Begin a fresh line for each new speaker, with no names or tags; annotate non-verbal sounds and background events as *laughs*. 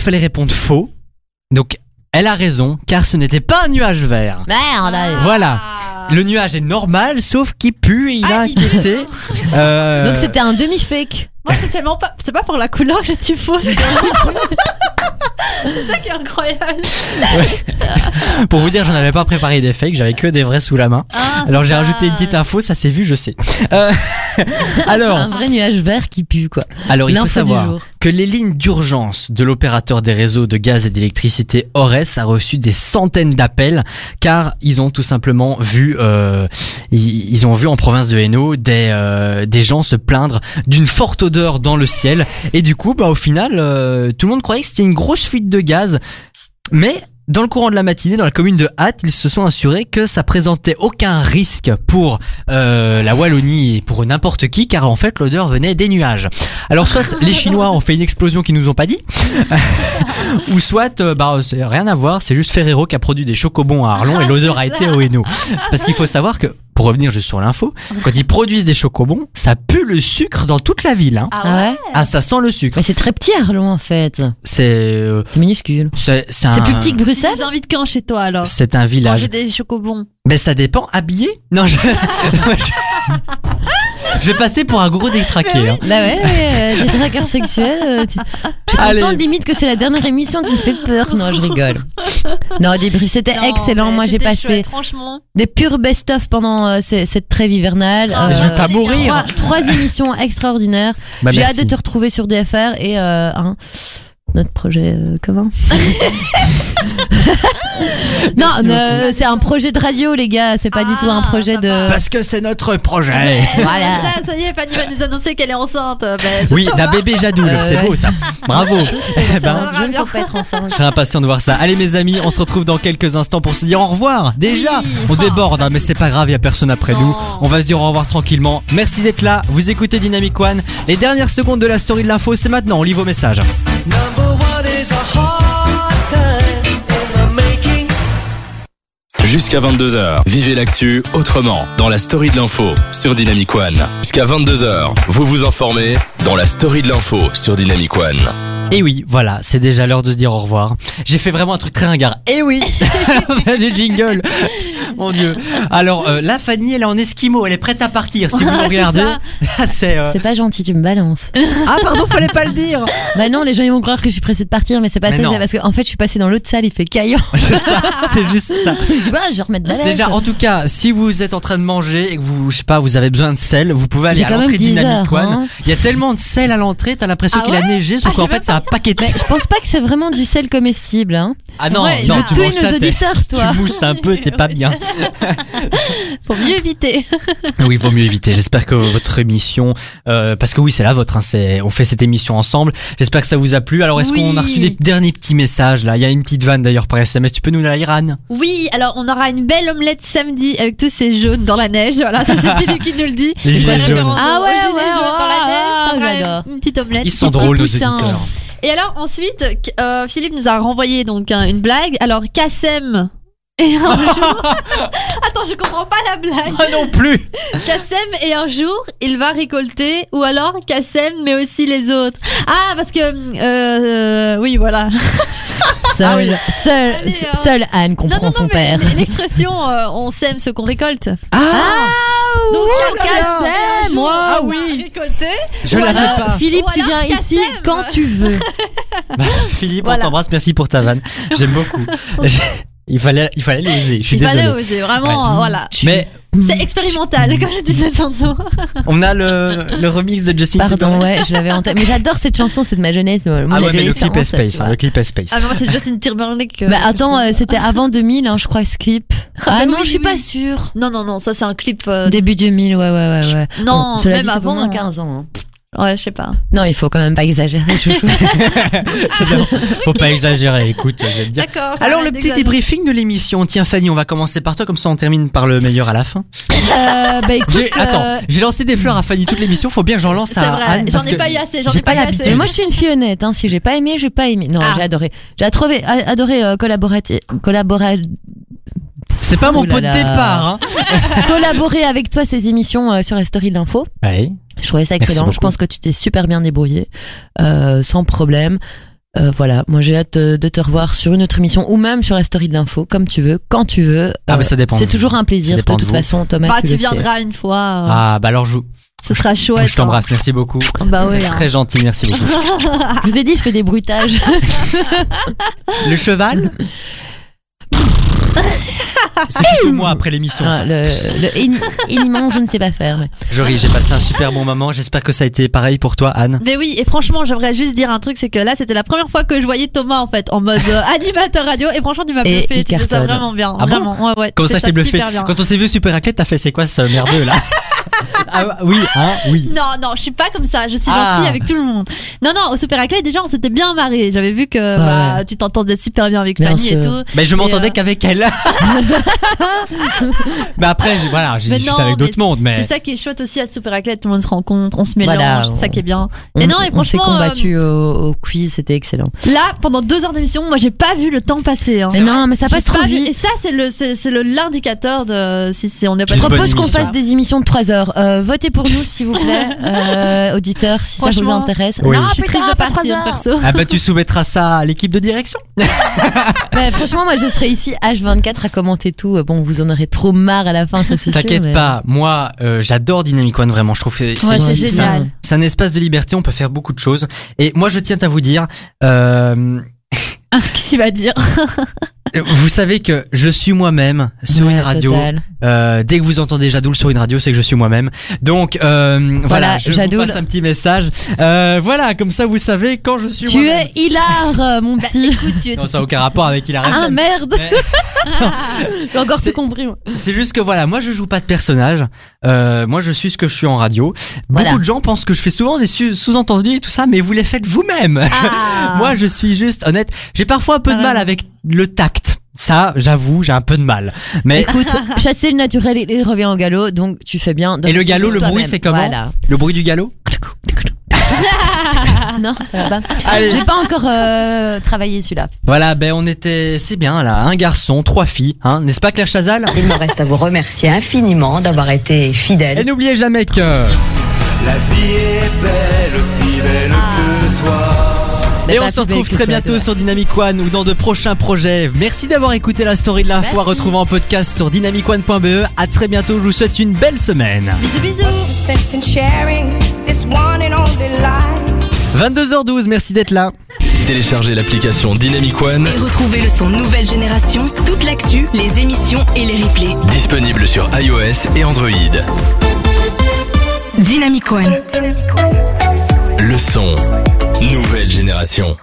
fallait répondre faux. Donc, elle a raison, car ce n'était pas un nuage vert.
Merde,
Ah.
allez.
Voilà. Le nuage est normal, sauf qu'il pue et il
Ah,
a
il est
quitté. Euh,
Donc c'était un demi-fake.
Moi, c'est tellement pas. C'est pas pour la couleur que j'ai tu faux. C'est ça qui est incroyable.
Pour vous dire, j'en avais pas préparé des fakes, j'avais que des vrais sous la main.
Ah,
Alors
c'est
j'ai
ça.
rajouté une petite info, ça s'est vu, je sais. Euh, alors,
Ah, Un vrai nuage vert qui pue, quoi.
alors il faut
L'info du
savoir
jour.
que les lignes d'urgence de l'opérateur des réseaux de gaz et d'électricité Ores a reçu des centaines d'appels car ils ont tout simplement vu, euh, ils, ils ont vu en province de Hainaut des euh, des gens se plaindre d'une forte odeur dans le ciel et du coup, bah au final, euh, tout le monde croyait que c'était une grosse fuite de gaz, mais dans le courant de la matinée, dans la commune de Hatt, ils se sont assurés que ça présentait aucun risque pour euh, la Wallonie et pour n'importe qui, car en fait l'odeur venait des nuages. Alors soit les Chinois ont fait une explosion qu'ils nous ont pas dit, ou soit euh, bah c'est rien à voir, c'est juste Ferrero qui a produit des chocobons à
Ah,
Arlon et l'odeur a été au
*laughs*
Hainaut. Parce qu'il faut savoir que pour revenir juste sur l'info, quand ils produisent des chocobons, ça pue le sucre dans toute la ville. hein.
Ah ouais.
Ah ouais
Ah, ça sent le sucre.
Mais c'est très petit Arlon en fait.
C'est euh,
C'est minuscule.
c'est c'est
C'est
un-
plus petit que Bruxelles
Ils invitent quand chez toi alors
C'est un
Manger
village.
des chocobons.
Mais ça dépend habillé. Non, je... *laughs* je- je vais passer pour un gros détraqué. hein.
Bah ouais,
*laughs*
ouais, euh, des dragueurs sexuels. euh, tu- Je suis
Allez.
contente limite que c'est la dernière émission, tu me fais peur. Non, je
*laughs*
rigole. Non, débris, c'était
Non,
excellent.
mais
Moi, j'ai
c'était
passé
chouette, franchement.
des purs best-of pendant euh, ces- cette trêve hivernale.
Ah,
Mais je vais
Euh,
pas mourir.
Trois, *laughs* trois émissions extraordinaires.
Bah,
J'ai hâte
merci.
de te retrouver sur DFR et euh, hein, notre projet euh,
*laughs*
commun. non, ne- euh, c'est un projet de radio, les gars. C'est pas du
Ah,
tout un projet
ça
de.
Parce Bah, que c'est notre projet.
Voilà.
Là, ça y est, Fanny va nous annoncer qu'elle est enceinte. Ben,
*laughs*
Oui, d'un bébé jadoule.
Euh,
c'est
ouais.
beau ça. Bravo.
*laughs*
Eh ben,
va.
je ne peux pas être enceinte.
je serais impatient de voir ça. Allez mes amis, on se retrouve dans quelques instants pour se dire au revoir. Déjà,
Oui.
on déborde, hein, mais c'est pas grave, y a personne après
Non.
nous. On va se dire au revoir tranquillement. Merci d'être là. Vous écoutez Dynamic One. Les dernières secondes de la story de l'info, c'est maintenant. On lit vos messages.
Jusqu'à 22h, vivez l'actu autrement dans la story de l'info sur Dynamic One. Jusqu'à 22h, vous vous informez dans la story de l'info sur Dynamic One.
Et oui, voilà, c'est déjà l'heure de se dire au revoir. J'ai fait vraiment un truc très ringard. Et
*laughs*
oui, à la fin du jingle. Mon Dieu. Alors euh, là, Fanny, elle est en esquimau, elle est prête à partir. Si vous
Ah,
me
c'est
regardez, *laughs* Ah, c'est. euh,
C'est pas gentil, tu me balances.
Ah pardon, fallait pas le dire.
Bah non, les gens ils vont croire que je suis pressée de partir, mais c'est pas
Mais
ça,
non.
c'est parce qu'en fait je suis passée dans l'autre salle, il fait caillant.
*laughs*
*laughs*
C'est ça, c'est juste ça.
je dis bah, je vais remettre de la laine.
Déjà, en tout cas, si vous êtes en train de manger et que vous, je sais pas, vous avez besoin de sel, vous pouvez aller
J'ai
à
quand même
l'entrée
10
Dynamic
heures,
One.
hein.
Il y a tellement de sel à l'entrée, t'as l'impression
Ah
qu'il a neigé, sauf
Ah,
qu'en
j'ai
fait, ça a paqueté.
Je pense pas que c'est vraiment du sel comestible. Hein.
Ah non,
Ouais,
non,
là,
tu
Tous
manges
nos
ça, t'es-
auditeurs,
tu
toi.
mousses un peu, t'es pas bien.
Faut mieux éviter.
Oui, vaut mieux éviter. J'espère que votre émission, euh, parce que oui, c'est la vôtre. Hein, c'est, on fait cette émission ensemble. J'espère que ça vous a plu. Alors, est-ce
Oui.
qu'on a reçu des derniers petits messages là Il y a une petite vanne d'ailleurs par SMS. Tu peux nous la lire, Anne
Oui, alors on aura une belle omelette samedi avec tous ces jaunes dans la neige. Voilà, ça c'est Philippe qui nous le dit.
Les gilets jaunes.
Référence aux-
Ah ouais,
aux gilets
ouais,
jaunes dans la neige.
ouais,
Ça fera
j'adore.
Une petite omelette.
Ils sont
des petits
drôles nos
poussins.
auditeurs.
Et alors ensuite, euh, Philippe nous a renvoyé donc un- une blague. Alors Kassem. Et un jour...
*laughs*
Attends, je comprends pas la blague.
Ah non plus.
Kassem et un jour, il va récolter, ou alors Kassem, mais aussi les autres. Ah, parce que, euh, euh, oui, voilà.
Seul, seul,
Allez, hein.
seul Anne comprend son
mais
père.
l'expression, euh, on sème ce qu'on récolte.
Ah,
Donc,
là là.
Kassem,
Moi,
un jour,
ah oui.
va récolter.
je l'avais
Euh,
pas.
Philippe,
Ou
tu
alors
viens ici
Kassem.
quand tu *laughs* veux.
*laughs* Bah, Philippe,
Voilà.
on t'embrasse. Merci pour ta vanne. J'aime
*laughs*
beaucoup. Je- il fallait, il fallait l'oser. Je suis
Il fallait
désolé.
oser, vraiment,
Ouais.
voilà.
Mais
C'est expérimental, comme je disais tantôt.
on a le, le remix de Justin
Pardon,
Timberlake.
*laughs* ouais, je l'avais en tête. Mais j'adore cette chanson, c'est de ma jeunesse. Moi,
Ah
mon
ouais, mais le clip est
adolescence, tu
space.
vois.
hein, le clip est space.
Ah, mais moi, c'est Justin Timberlake. que-
Bah attends, euh, c'était avant 2000, hein, je crois, ce clip. Ah,
bah
non,
oui,
je suis
oui,
pas
oui.
sûre.
Non, non, non, ça, c'est un clip. euh,
Début 2000, ouais, ouais, ouais. ouais.
Non,
Oh,
Bon, cela
même
dit, c'est
avant,
vraiment
hein.
15 ans. hein.
Ouais, je sais pas.
Non, il faut quand même pas exagérer, chouchou.
Faut pas exagérer. Écoute, je vais te
*laughs*
dire.
D'accord.
Alors le petit débriefing de l'émission. Tiens Fanny, on va commencer par toi comme ça on termine par le meilleur à la fin.
*laughs* Euh, bah écoute,
J'ai,
euh,
attends, j'ai lancé des fleurs à Fanny toute l'émission. Faut bien que j'en lance
C'est
à
vrai,
Anne.
j'en
parce
ai
que
pas eu assez, j'en
j'ai
ai pas eu
pas
assez.
l'habitude.
mais moi je suis une fille honnête, hein. si j'ai pas aimé, j'ai pas aimé. Non,
Ah.
j'ai adoré. J'ai adoré, a- adoré euh, collaboratif, collabora-
C'est pas mon
Ouh là
pot de
là.
départ. Hein.
collaborer avec toi ces émissions euh, sur la story de l'info. Je trouvais ça
Merci
excellent. Je
beaucoup.
pense que tu t'es super bien débrouillé, euh, sans problème. Euh, voilà, moi j'ai hâte euh, de te revoir sur une autre émission ou même sur la story de l'info, comme tu veux, quand tu veux.
Ah,
Euh,
mais ça dépend.
c'est toujours un
Ça
plaisir de
dépend de
toute
vous.
façon, Thomas.
Bah,
tu
tu
le sais.
viendras une fois. euh,
Ah, bah alors je, vous-
Ce sera chouette.
je t'embrasse, merci beaucoup.
hein. Bah
C'est
ouais. hein.
très gentil, merci beaucoup.
*laughs*
Je vous ai dit, je fais des bruitages.
Le cheval C'est quelques mois après l'émission.
Ah,
ça.
le le éni- éniment, je ne sais pas faire. mais-
Je ris, j'ai passé un super bon moment. J'espère que ça a été pareil pour toi, Anne.
Mais oui, et franchement, j'aimerais juste dire un truc, c'est que là, c'était la première fois que je voyais Thomas en fait en mode euh, animateur radio, et franchement, tu m'as
Et
bluffé,
il
tu fais ça
cartonne.
vraiment bien,
Ah bon
vraiment. ouais, ouais, tu
Comment
fais
ça, je t'ai bluffé
super bien.
Quand on s'est vu super athlète, t'as fait c'est quoi ce merdeux
*laughs*
là Ah oui, hein, oui.
Non, non, je suis pas comme ça. Je suis
Ah.
gentille avec tout le monde. Non, non, au Super Aclay, déjà, on s'était bien marré. J'avais vu que bah, tu t'entendais super bien avec
Bien
Fanny et
sûr.
tout.
Mais je m'entendais
euh,
qu'avec elle. *laughs* mais après, j'ai- voilà, j'ai
Mais
discuté
non,
avec d'autres
mais
mondes,
C'est
mais
ça qui est chouette aussi à Super Aclay. Tout le monde se rencontre, on se mélange.
Voilà,
c'est
on-
ça qui est bien. Mais
On-
non, et
on s'est
franchement,
combattu au, au quiz, c'était excellent.
Là, pendant deux heures d'émission, moi, j'ai pas vu le temps passer. Hein.
Mais non, mais ça
J'ai
passe trop
pas vu-
vite.
Et ça, c'est le, c'est, c'est le, l'indicateur de si, si on est pas
Je
Je
Une
propose
bonne
qu'on
émission.
fasse des émissions de 3 heures. Euh, votez pour nous, s'il vous
*laughs*
plaît, euh, auditeurs, si ça vous
Franchement.
intéresse.
Oui.
Non,
Je suis
putain,
triste de
pas trois
partir
heures.
perso.
ah bah tu soumettras ça à l'équipe de direction.
Ouais, franchement, moi, je serai ici H24 à commenter tout. Euh, Bon, vous en aurez trop marre à la fin, ça c'est sûr.
T'inquiète
mais-
pas, moi euh, j'adore Dynamic One vraiment, je trouve que c'est
Ouais, c'est
c'est
génial.
un- c'est un espace de liberté, on peut faire beaucoup de choses. Et moi je tiens à vous dire, euh,
Qu'est-ce qu'il va dire
vous savez que je suis moi-même sur
Ouais,
une radio.
total.
Euh, dès que vous entendez Jadoul sur une radio, c'est que je suis moi-même. Donc euh, voilà, je
Jadoul.
vous passe un petit message. Euh, voilà, comme ça vous savez quand je suis
Tu
moi-même.
es hilar, euh, mon
Bah,
petit.
écoute, tu es-
Non, ça n'a aucun rapport avec il
Ah merde, *laughs* j'ai encore
C'est-
tout compris. moi.
C'est juste que voilà, moi je joue pas de personnage. Euh, moi je suis ce que je suis en radio.
Voilà.
Beaucoup de gens pensent que je fais souvent des su- sous-entendus et tout ça, mais vous les faites vous-même.
*laughs* Ah.
Moi, je suis juste honnête. J'ai parfois un peu de
Ah.
mal avec le tact. Ça, j'avoue, j'ai un peu de mal. Mais
Écoute, *laughs* chasser le naturel, il- il revient au galop, donc tu fais bien. de-
Et le galop,
juste
le bruit,
toi-même.
c'est comment
Voilà.
le bruit du galop
Non, ça va pas.
Allez.
J'ai pas encore euh, travaillé celui-là.
Voilà, ben on était, c'est bien là, un garçon, trois filles, hein, n'est-ce pas Claire Chazal
Ah.
Il me reste à vous remercier infiniment d'avoir été fidèle.
Et n'oubliez jamais que.
La vie est belle, aussi belle
Ah.
que toi.
Mais
Et
pas
on
plus
se retrouve
belle que
très
toi,
bientôt
toi.
sur Dynamic One ou dans de prochains projets. Merci d'avoir écouté la story de l'info à
Merci.
retrouver en podcast sur dynamicone.be. À très bientôt, je vous souhaite une belle semaine.
Bisous, bisous.
What's the sense in sharing this one and only life?
22h12, merci d'être là.
Téléchargez l'application Dynamic One
Et retrouvez le son Nouvelle Génération, toute l'actu, les émissions et les replays.
disponible sur iOS et Android.
Dynamic One.
Le son, nouvelle génération.